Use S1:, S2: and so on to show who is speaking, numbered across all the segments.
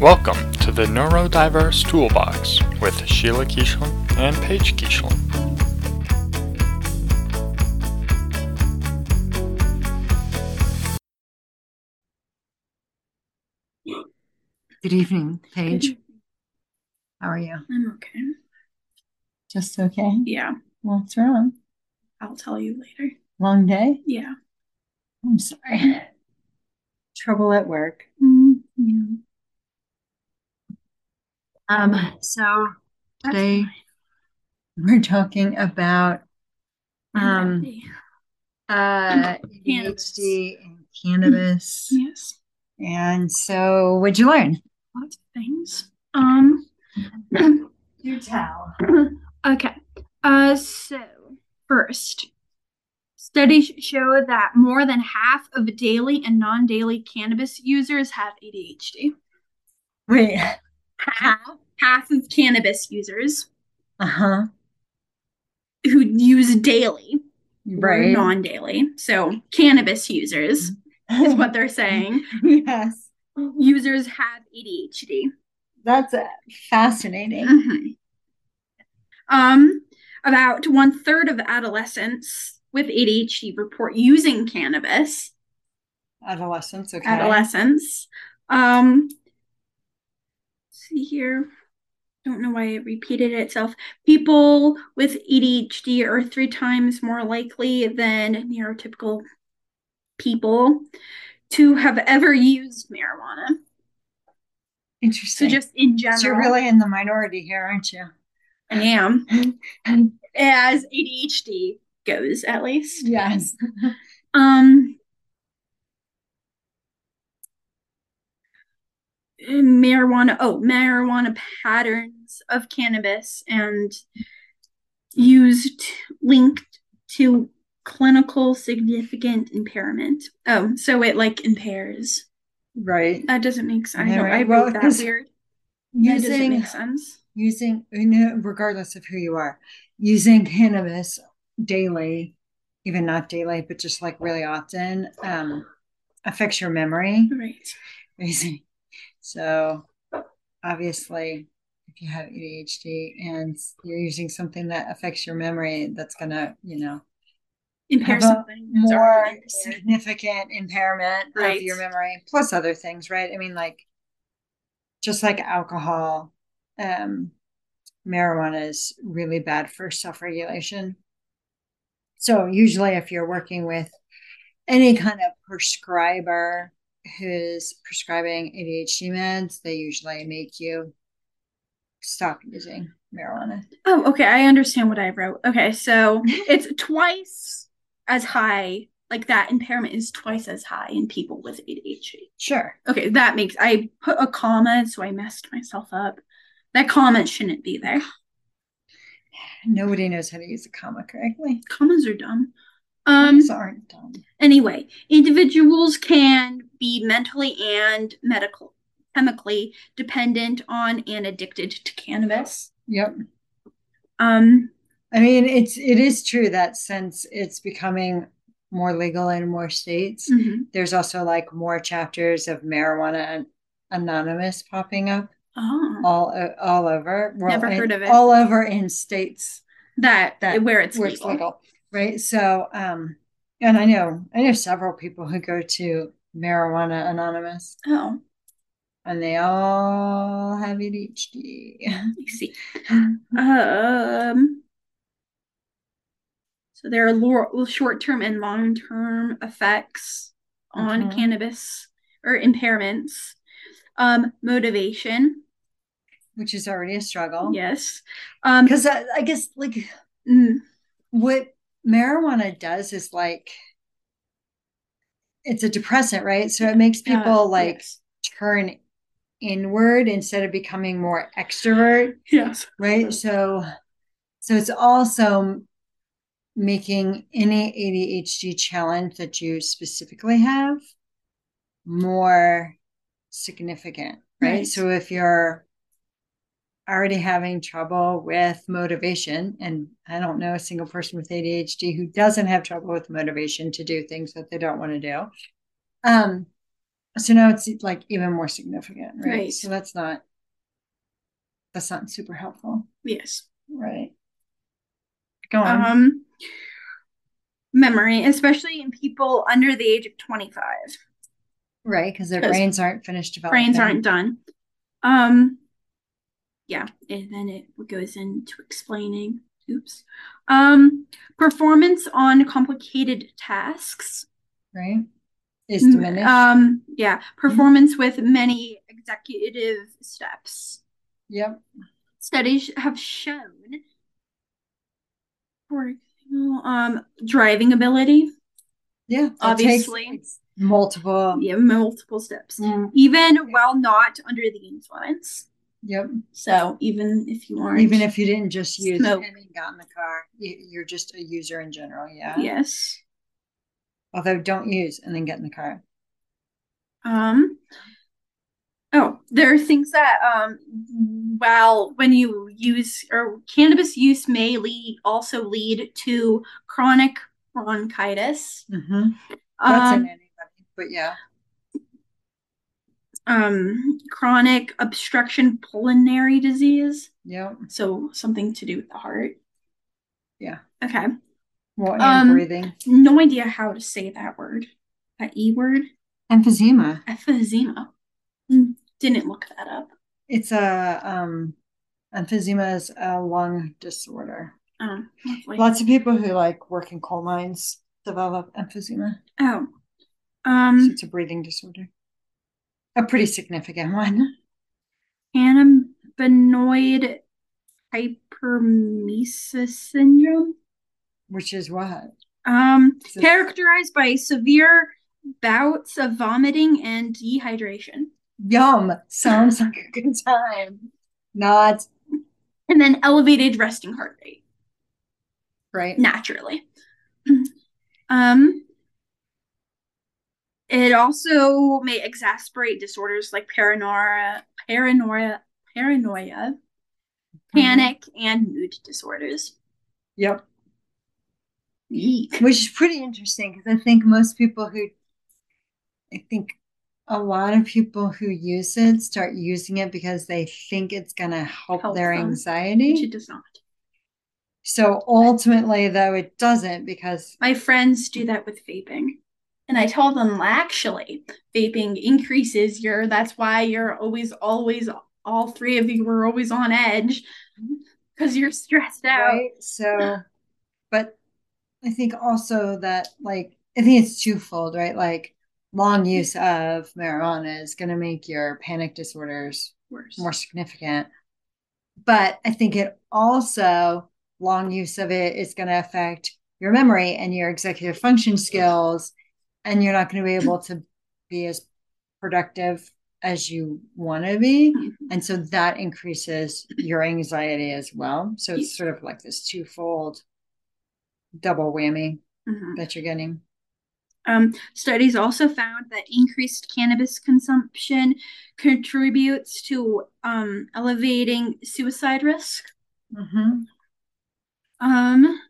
S1: Welcome to the Neurodiverse Toolbox with Sheila Keeshlin and Paige Keeshlin.
S2: Good evening, Paige.
S3: Good
S2: How are you?
S3: I'm okay.
S2: Just okay.
S3: Yeah,
S2: What's wrong?
S3: I'll tell you later.
S2: Long day?
S3: Yeah.
S2: I'm sorry. Trouble at work.
S3: yeah.
S2: Um, so
S3: That's
S2: today we're talking about
S3: fine.
S2: um
S3: Yeah.
S2: uh
S3: Cannabis.
S2: ADHD and cannabis.
S3: yes,
S2: And so what'd you learn?
S3: lots of things. Um,
S2: You tell.
S3: okay. Uh, so first, studies show that more than half of daily and non-daily cannabis users have ADHD.
S2: Wait.
S3: Half, half of cannabis users
S2: Uh-huh.
S3: who use daily or
S2: Right.
S3: non-daily, so cannabis users is what they're saying.
S2: yes.
S3: users have ADHD.
S2: That's uh, fascinating.
S3: Mhm. Um, about one third of adolescents with ADHD report using cannabis.
S2: Adolescence, okay.
S3: Adolescents. Um, see here. Don't know why it repeated itself. People with ADHD are three times more likely than neurotypical people to have ever used marijuana. So
S2: Interesting.
S3: just in general,
S2: So you're really in the minority here, aren't you?
S3: I am.
S2: And
S3: as ADHD goes, at least.
S2: yes.
S3: Um, marijuana. Oh, marijuana patterns of cannabis and used linked to clinical significant impairment. Oh, so it like impairs.
S2: Right.
S3: That doesn't make sense. I
S2: Yeah,
S3: know I
S2: right.
S3: wrote
S2: Well,
S3: that
S2: 'cause
S3: weird. That doesn't
S2: Using
S3: make sense.
S2: using you know, regardless of who you are, using cannabis daily, even not daily, but just like really often, um, affects your memory.
S3: Right.
S2: Amazing. So obviously if you have ADHD and you're using something that affects your memory, that's gonna, you know,
S3: Impair
S2: a
S3: something. that's
S2: more
S3: already impaired.
S2: significant impairment of
S3: Right.
S2: your memory, plus other things, right? I mean, like just like alcohol, um, marijuana is really bad for self regulation. So, usually, if you're working with any kind of prescriber who's prescribing ADHD meds, they usually make you stop using marijuana.
S3: Oh, okay. I understand what I wrote. Okay, so it's twice as high. Like that impairment is twice as high in people with ADHD.
S2: Sure.
S3: Okay, that makes I put a comma, so I messed myself up. That comment shouldn't be there.
S2: Nobody knows how to use a comma correctly.
S3: Commas are dumb. Um.
S2: These aren't dumb.
S3: Anyway, individuals can be mentally and medical chemically dependent on and addicted to cannabis.
S2: Yep.
S3: Um.
S2: I mean, it's it is true that since it's becoming more legal in more states,
S3: mhm.
S2: there's also like more chapters of marijuana An- anonymous popping up
S3: Oh,
S2: all o- all over. Well,
S3: Never
S2: in-
S3: heard of it.
S2: All over in states
S3: that,
S2: That-
S3: where it's
S2: where it's
S3: legal.
S2: legal, right? So, um, and I know I know several people who go to marijuana anonymous,
S3: Oh,
S2: and they all have ADHD.
S3: I see. Um, so there are lo- short-term and long-term effects on
S2: Mhm.
S3: cannabis or impairments. Um, motivation,
S2: Which is already a struggle.
S3: yes. Um,
S2: Oh. Because I, I guess like
S3: mm,
S2: what marijuana does is like it's a depressant, right? So it makes people
S3: uh,
S2: like
S3: yes.
S2: turn inward instead of becoming more extrovert,
S3: yes.
S2: right? So so it's also making any ADHD challenge that you specifically have more significant, right?
S3: Right.
S2: So if you're already having trouble with motivation, and I don't know a single person with ADHD who doesn't have trouble with motivation to do things that they don't want to do. Um, So now it's like even more significant, right?
S3: Right.
S2: So that's not that's not super helpful,
S3: Yes.
S2: right? Go on.
S3: Um, memory, especially in people under the age of 25.
S2: right, because their
S3: 'cause
S2: brains aren't finished developing.
S3: Brains aren't done. Um, yeah, and then it goes into explaining. Oops. Um, performance on complicated tasks.
S2: right. Is Mm-hmm. diminished.
S3: Um, yeah, performance with many executive steps.
S2: yep.
S3: studies have shown for example, um driving ability
S2: Yeah. it takes
S3: obviously
S2: multiple.
S3: yeah multiple steps
S2: Mm,
S3: even while not under the influence
S2: Yep.
S3: so even if you aren't
S2: Even if you didn't just use
S3: Smoke.
S2: and then got in the car, you, you're just a user in general. Yeah.
S3: yes
S2: Although don't use and then get in the car.
S3: um oh there are things that um while when you use or cannabis use may lead also lead to chronic bronchitis
S2: Mm-hmm. That's in
S3: um,
S2: anybody, but yeah.
S3: um chronic obstruction pulmonary disease
S2: Yep.
S3: so something to do with the heart
S2: Yeah.
S3: okay
S2: Well, and
S3: Um,
S2: breathing.
S3: no idea how to say that word that e word
S2: Emphysema.
S3: emphysema Mm, didn't look that up
S2: It's a um emphysema is a lung disorder.
S3: um lovely.
S2: Lots of people who like work in coal mines develop emphysema.
S3: oh
S2: So
S3: um
S2: it's a breathing disorder. A pretty significant one.
S3: cannabinoid hypermesis syndrome
S2: Which is what?
S3: um
S2: So-
S3: characterized by severe bouts of vomiting and dehydration
S2: Yum. Sounds like a good time. Not
S3: and then elevated resting heart rate
S2: right.
S3: naturally. Um, it also may exacerbate disorders like paranoia, paranoia, paranoia, panic, and mood disorders.
S2: Mm-hmm. Yep.
S3: Yeek.
S2: Which is pretty interesting because I think most people who I think a lot of people who use it start using it because they think it's gonna help,
S3: Help
S2: their
S3: them.
S2: anxiety.
S3: Which it does not.
S2: So ultimately, though, it doesn't because
S3: My friends do that with vaping. And I tell them, actually, vaping increases your, that's why you're always, always, all three of you were always on edge because you're stressed out.
S2: right. So, but I think also that like I think it's twofold, right? Like long use of marijuana is going to make your panic disorders
S3: Worse.
S2: more significant, but I think it also long use of it is going to affect your memory and your executive function skills, and you're not going to be able to be as productive as you want to be. And so that increases your anxiety as well. So it's sort of like this twofold double whammy
S3: Mhm.
S2: that you're getting.
S3: Um, studies also found that increased cannabis consumption contributes to um, elevating suicide risk. Um,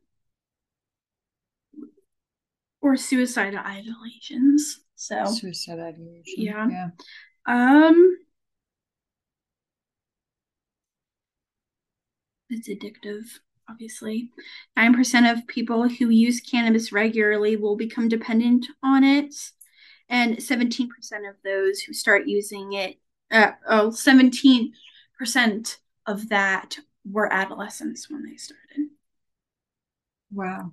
S3: or suicidal ideations. So,
S2: Suicide ideation.
S3: Yeah.
S2: yeah.
S3: um, it's addictive, obviously. 9% of people who use cannabis regularly will become dependent on it, and 17% of those who start using it, uh, oh, 17% of that were adolescents when they started.
S2: Wow.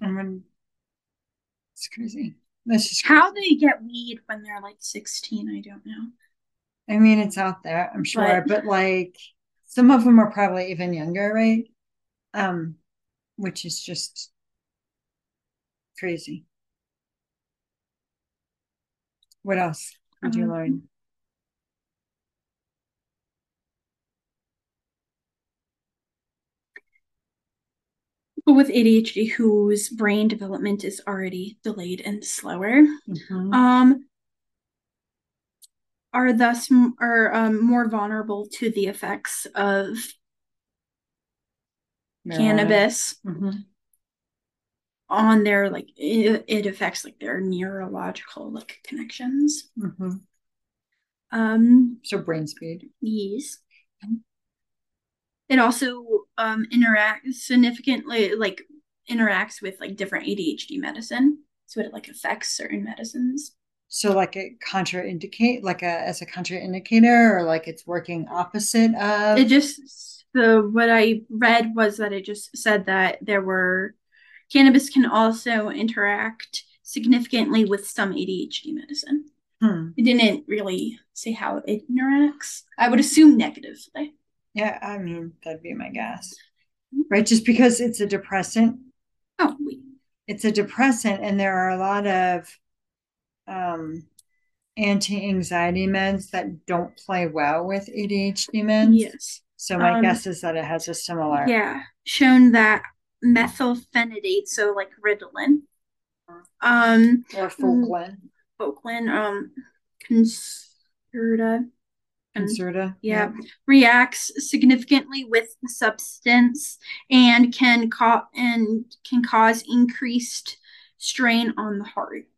S2: And when it's crazy. That's just
S3: How
S2: crazy.
S3: they get weed when they're like 16, I don't know.
S2: I mean, it's out there, I'm sure,
S3: But-
S2: but like some of them are probably even younger, right? Um, which is just crazy. What else did you
S3: Um,
S2: learn?
S3: But with ADHD, whose brain development is already delayed and slower,
S2: Mhm.
S3: um, are thus m- are um, more vulnerable to the effects of
S2: Marijuana. Mm-hmm,
S3: cannabis.
S2: Mhm.
S3: on there like it, it affects like their neurological like connections.
S2: Mhm.
S3: Um,
S2: So brain speed.
S3: yes. It also um interacts significantly like interacts with like different ADHD medicine. So it like affects certain medicines.
S2: So like a contraindicate, like a as a contraindicator, or like it's working opposite of.
S3: It just the what I read was that it just said that there were cannabis can also interact significantly with some ADHD medicine.
S2: Hmm.
S3: It didn't really say how it interacts. I would assume negatively.
S2: Yeah, I mean that'd be my guess,
S3: Hmm.
S2: right? Just because it's a depressant,
S3: Oh, wait.
S2: it's a depressant, and there are a lot of um, anti-anxiety meds that don't play well with ADHD meds.
S3: yes.
S2: So my
S3: Um,
S2: guess is that it has a similar.
S3: Yeah, shown that methylphenidate, so like Ritalin, um,
S2: Or Fulgrin,
S3: Oakland, um, Concerta, and
S2: Concerta.
S3: Mm-hmm. yeah, reacts significantly with the substance and can co- and can cause increased strain on the heart.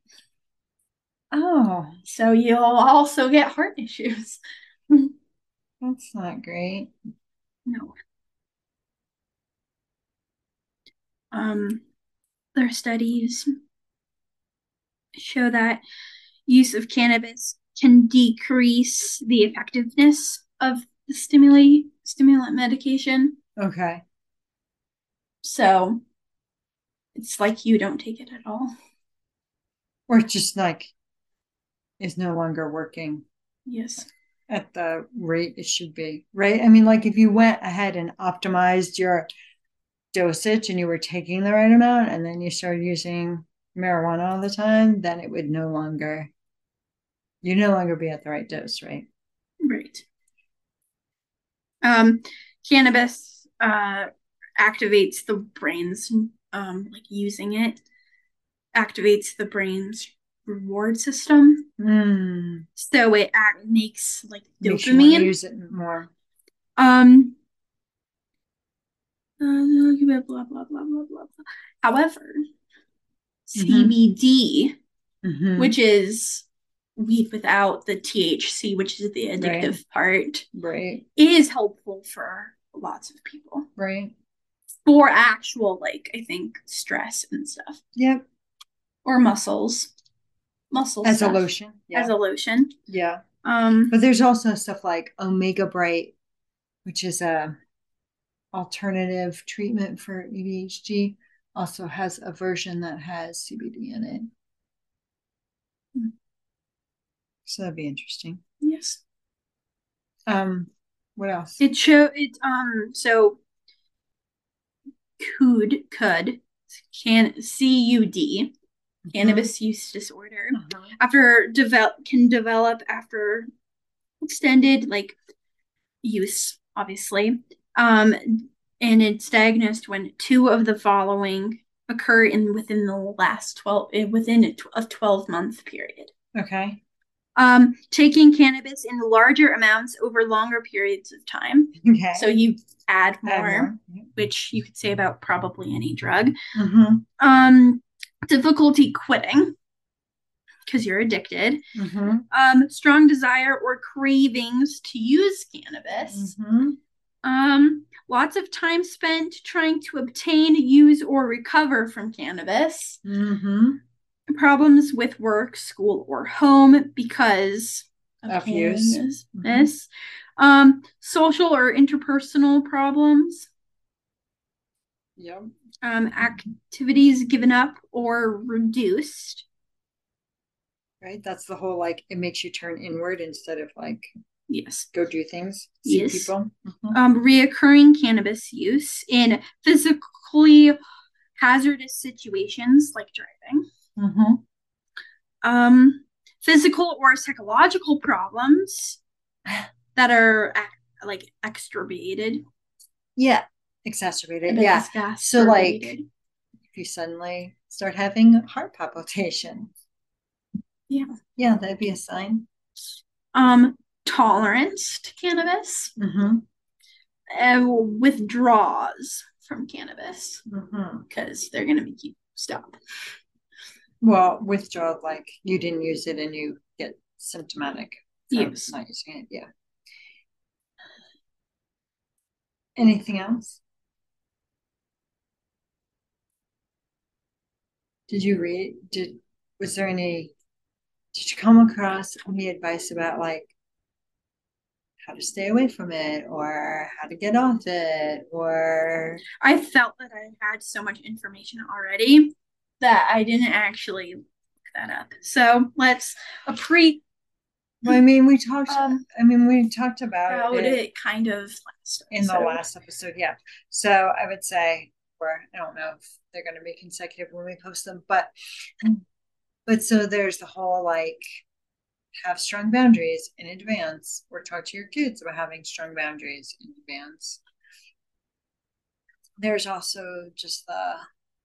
S2: Oh,
S3: So you'll also get heart issues.
S2: that's not great.
S3: No. Um, their studies show that use of cannabis can decrease the effectiveness of the stimuli stimulant medication.
S2: Okay.
S3: So it's like you don't take it at all.
S2: Or it's just like is no longer working
S3: Yes.
S2: at the rate it should be, right? I mean, like if you went ahead and optimized your dosage and you were taking the right amount and then you started using marijuana all the time, then it would no longer, you'd no longer be at the right dose, right?
S3: Right. Um, cannabis uh, activates the brain's um, like using it activates the brain's reward system,
S2: Mm.
S3: so it act- makes like
S2: Makes you wanna
S3: dopamine.
S2: use it more.
S3: um. uh, blah blah blah blah blah blah. However,
S2: Mm-hmm.
S3: CBD,
S2: Mhm.
S3: which is weed without the THC, which is the addictive part,
S2: right,
S3: is helpful for lots of people
S2: right.
S3: for actual like I think stress and stuff
S2: Yep.
S3: or muscles, muscles
S2: As a lotion. Yeah.
S3: as a lotion.
S2: yeah.
S3: Um,
S2: But there's also stuff like Omega Bright, which is a alternative treatment for ADHD, also has a version that has CBD in it.
S3: Hmm.
S2: So that'd be interesting.
S3: yes,
S2: Um, what else?
S3: it show it. Um, so could could can C U D cannabis use disorder
S2: Uh-huh.
S3: after develop can develop after extended like use obviously um and it's diagnosed when two of the following occur in within the last 12 eh, within a tw- a 12 month period
S2: Okay.
S3: um taking cannabis in larger amounts over longer periods of time
S2: Okay.
S3: so you add more,
S2: Add more. Yep.
S3: which you could say about probably any drug
S2: Mhm.
S3: um difficulty quitting because you're addicted
S2: Mhm.
S3: um, strong desire or cravings to use cannabis.
S2: Mhm.
S3: Um, lots of time spent trying to obtain, use, or recover from cannabis.
S2: Mhm.
S3: Problems with work, school, or home because
S2: Of use.
S3: cannabis.
S2: Mhm.
S3: Um, social or interpersonal problems.
S2: Yep.
S3: Um, activities given up or reduced.
S2: Right. That's the whole like it makes you turn inward instead of like
S3: Yes.
S2: go do things, see
S3: Yes.
S2: people. Mhm.
S3: um, reoccurring cannabis use in physically hazardous situations like driving,
S2: Mhm.
S3: um, physical or psychological problems that are ac- like exturbated.
S2: Yeah. Exacerbated.
S3: that
S2: Yeah.
S3: is gas
S2: So, like-
S3: related.
S2: if you suddenly start having heart palpitation.
S3: Yeah.
S2: Yeah, that'd be a sign.
S3: um, tolerance to cannabis,
S2: Mm-hmm.
S3: uh, withdraws from cannabis
S2: Mm-hmm.
S3: because they're going to make you stop.
S2: Well, withdrawal, like you didn't use it and you get symptomatic. from
S3: Yes.
S2: Not using it, yeah. Anything else? Did you read, did, was there any, did you come across any advice about like how to stay away from it or how to get off it or
S3: I felt that I had so much information already that I didn't actually look that up. So let's a pre
S2: Well, I mean, we talked.
S3: Um,
S2: I mean, we talked about,
S3: how
S2: it,
S3: it, kind of last
S2: Oh, in the
S3: episode.
S2: last episode. Yeah. So I would say we're. I don't know if they're going to be consecutive when we post them, but but so there's the whole like have strong boundaries in advance, or talk to your kids about having strong boundaries in advance. There's also just the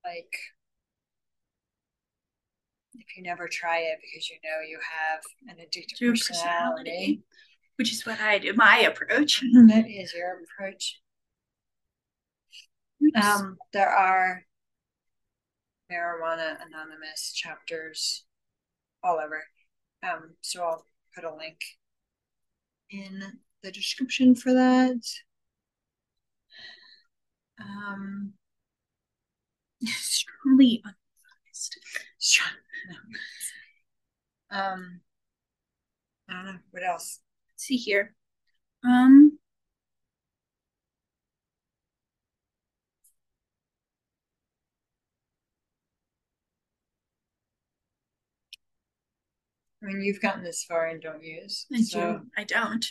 S2: like if you never try it because you know you have an addictive
S3: Your
S2: personality.
S3: personality, which is what I do. My approach.
S2: That is your approach.
S3: Oops.
S2: Um, there are marijuana anonymous chapters all over. Um, so I'll put a link in the description for that. Um,
S3: strongly unbiased.
S2: Strong. No. Um, I don't know what else.
S3: Let's see here. Um.
S2: I mean, you've gotten this far and don't use.
S3: I
S2: so
S3: do. I don't.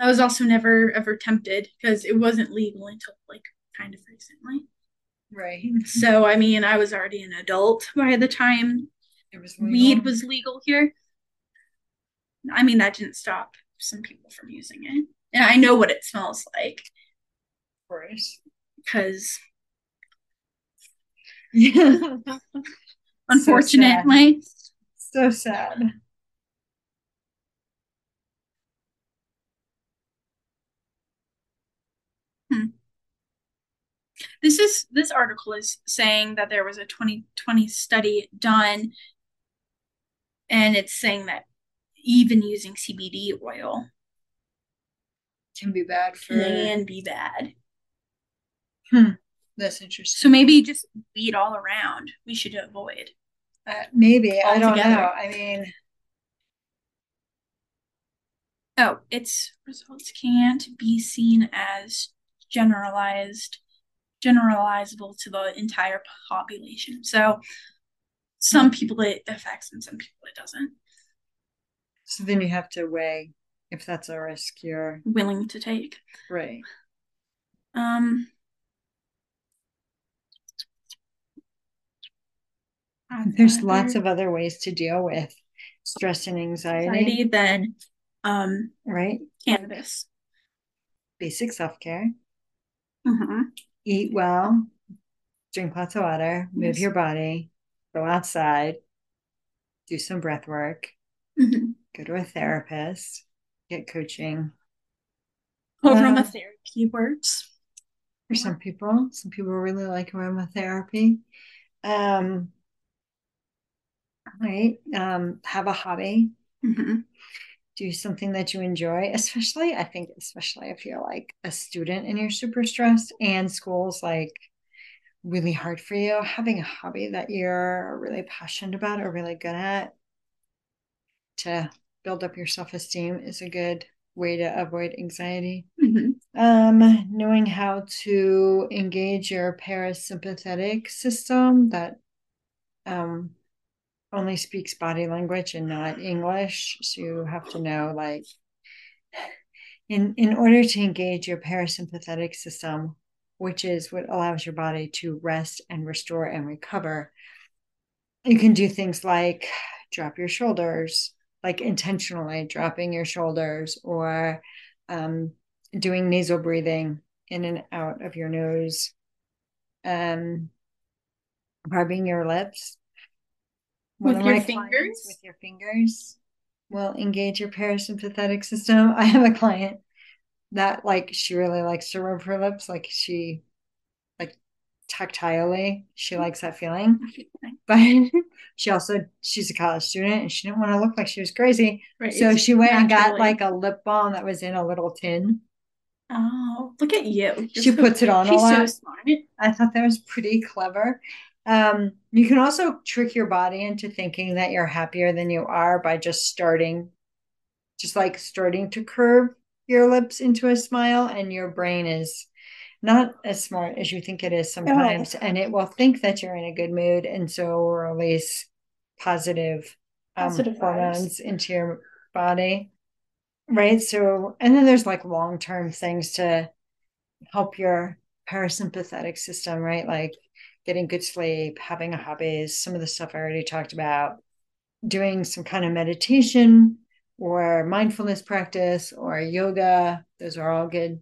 S3: I was also never ever tempted because it wasn't legal until like kind of recently.
S2: right,
S3: So I mean, I was already an adult by the time
S2: it was legal.
S3: weed was legal here. I mean, that didn't stop some people from using it, and I know what it smells like
S2: Of course.
S3: because,
S2: Yeah.
S3: unfortunately,
S2: So sad.
S3: this is this article is saying that there was a 2020 study done and it's saying that even using cbd oil
S2: Can be bad for.
S3: can be bad
S2: That's interesting.
S3: so maybe just weed all around we should avoid
S2: Uh, maybe I don't
S3: Altogether.
S2: know. I mean,
S3: oh its results can't be seen as generalized generalizable to the entire population so some people it affects and some people it doesn't
S2: so then you have to weigh if that's a risk you're
S3: willing to take
S2: right.
S3: Um,
S2: Uh, There's lots of other ways to deal with stress and anxiety,
S3: anxiety than um
S2: right?
S3: cannabis.
S2: Basic self care.
S3: Mm-hmm.
S2: Eat well. Drink lots of water. Move
S3: Yes.
S2: your body. Go outside. Do some breath work.
S3: Mm-hmm.
S2: Go to a therapist. Get coaching.
S3: Aromatherapy works.
S2: for some people. Some people really like aromatherapy. Um, right. Um, have a hobby.
S3: Mm-hmm.
S2: Do something that you enjoy, especially, I think, especially if you're like a student and you're super stressed and school's like really hard for you, having a hobby that you're really passionate about or really good at to build up your self esteem is a good way to avoid anxiety.
S3: Mm-hmm.
S2: Um, knowing how to engage your parasympathetic system that um only speaks body language and not English. So you have to know like in in order to engage your parasympathetic system, which is what allows your body to rest and restore and recover, you can do things like drop your shoulders, like intentionally dropping your shoulders or um doing nasal breathing in and out of your nose, um, rubbing your lips One
S3: With
S2: of
S3: your
S2: my clients
S3: fingers?
S2: With your fingers will engage your parasympathetic system. I have a client that like she really likes to rub her lips, like she like tactilely.
S3: Mm.
S2: She likes that feeling. But she also she's a college student and she didn't want to look like she was crazy.
S3: Right.
S2: So
S3: it's
S2: she went and got
S3: naturally-
S2: like a lip balm that was in a little tin.
S3: oh, look at you. You're
S2: She
S3: so-
S2: puts it on a
S3: She's so
S2: lot.
S3: smart.
S2: I thought that was pretty clever. Um, you can also trick your body into thinking that you're happier than you are by just starting, just like starting to curve your lips into a smile, and your brain is not as smart as you think it is sometimes, and it will think that you're in a good mood, and so will release positive, um,
S3: Positive vibes.
S2: hormones into your body. Right. So, and then there's like long term things to help your parasympathetic system, right? Like getting good sleep, having hobbies, some of the stuff I already talked about, doing some kind of meditation or mindfulness practice or yoga. Those are all good,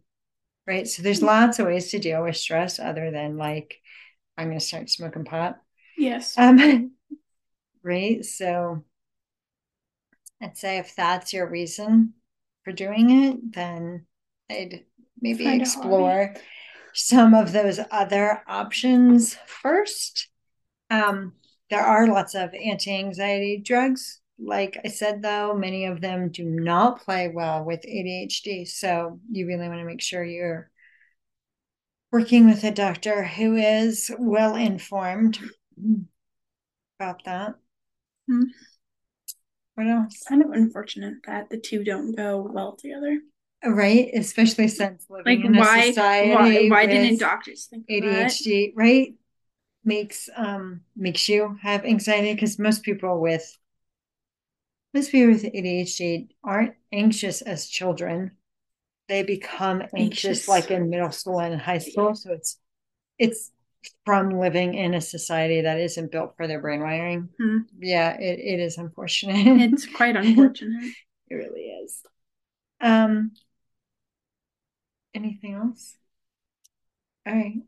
S2: right? So
S3: Hmm.
S2: there's lots of ways to deal with stress other than like, I'm going to start smoking pot.
S3: Yes.
S2: Um, right. So I'd say if that's your reason for doing it, then I'd maybe
S3: Find a hobby.
S2: explore some of those other options first. Um, there are lots of anti anxiety drugs. Like I said, though, many of them do not play well with ADHD. So you really want to make sure you're working with a doctor who is well informed about that.
S3: Hmm.
S2: What else?
S3: kind of unfortunate that the two don't go well together.
S2: Right, especially since living
S3: Like
S2: in a
S3: why why
S2: society
S3: why didn't
S2: with
S3: doctors think of that?
S2: ADHD, right, makes um makes you have anxiety because most people with most people with ADHD aren't anxious as children. They become anxious
S3: Anxious.
S2: like in middle school and high school. So it's it's from living in a society that isn't built for their brain wiring.
S3: Hmm.
S2: Yeah, it, it is unfortunate.
S3: It's quite unfortunate.
S2: It really is. Um, anything else? All right.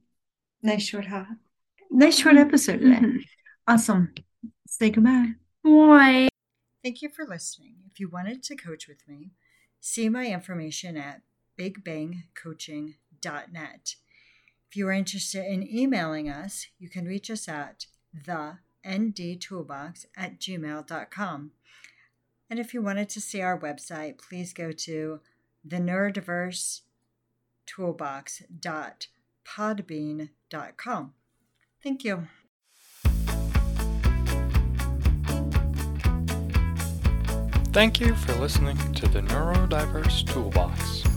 S2: Nice short hop. Nice short episode today.
S3: Mhm.
S2: Awesome. Say goodbye.
S3: Why?
S2: Thank you for listening. If you wanted to coach with me, see my information at bigbangcoaching.net. If you are interested in emailing us, you can reach us at the ndtoolbox at gmail.com. And if you wanted to see our website, please go to the neurodiverse toolbox.podbean.com. Thank you.
S1: Thank you for listening to the Neurodiverse Toolbox.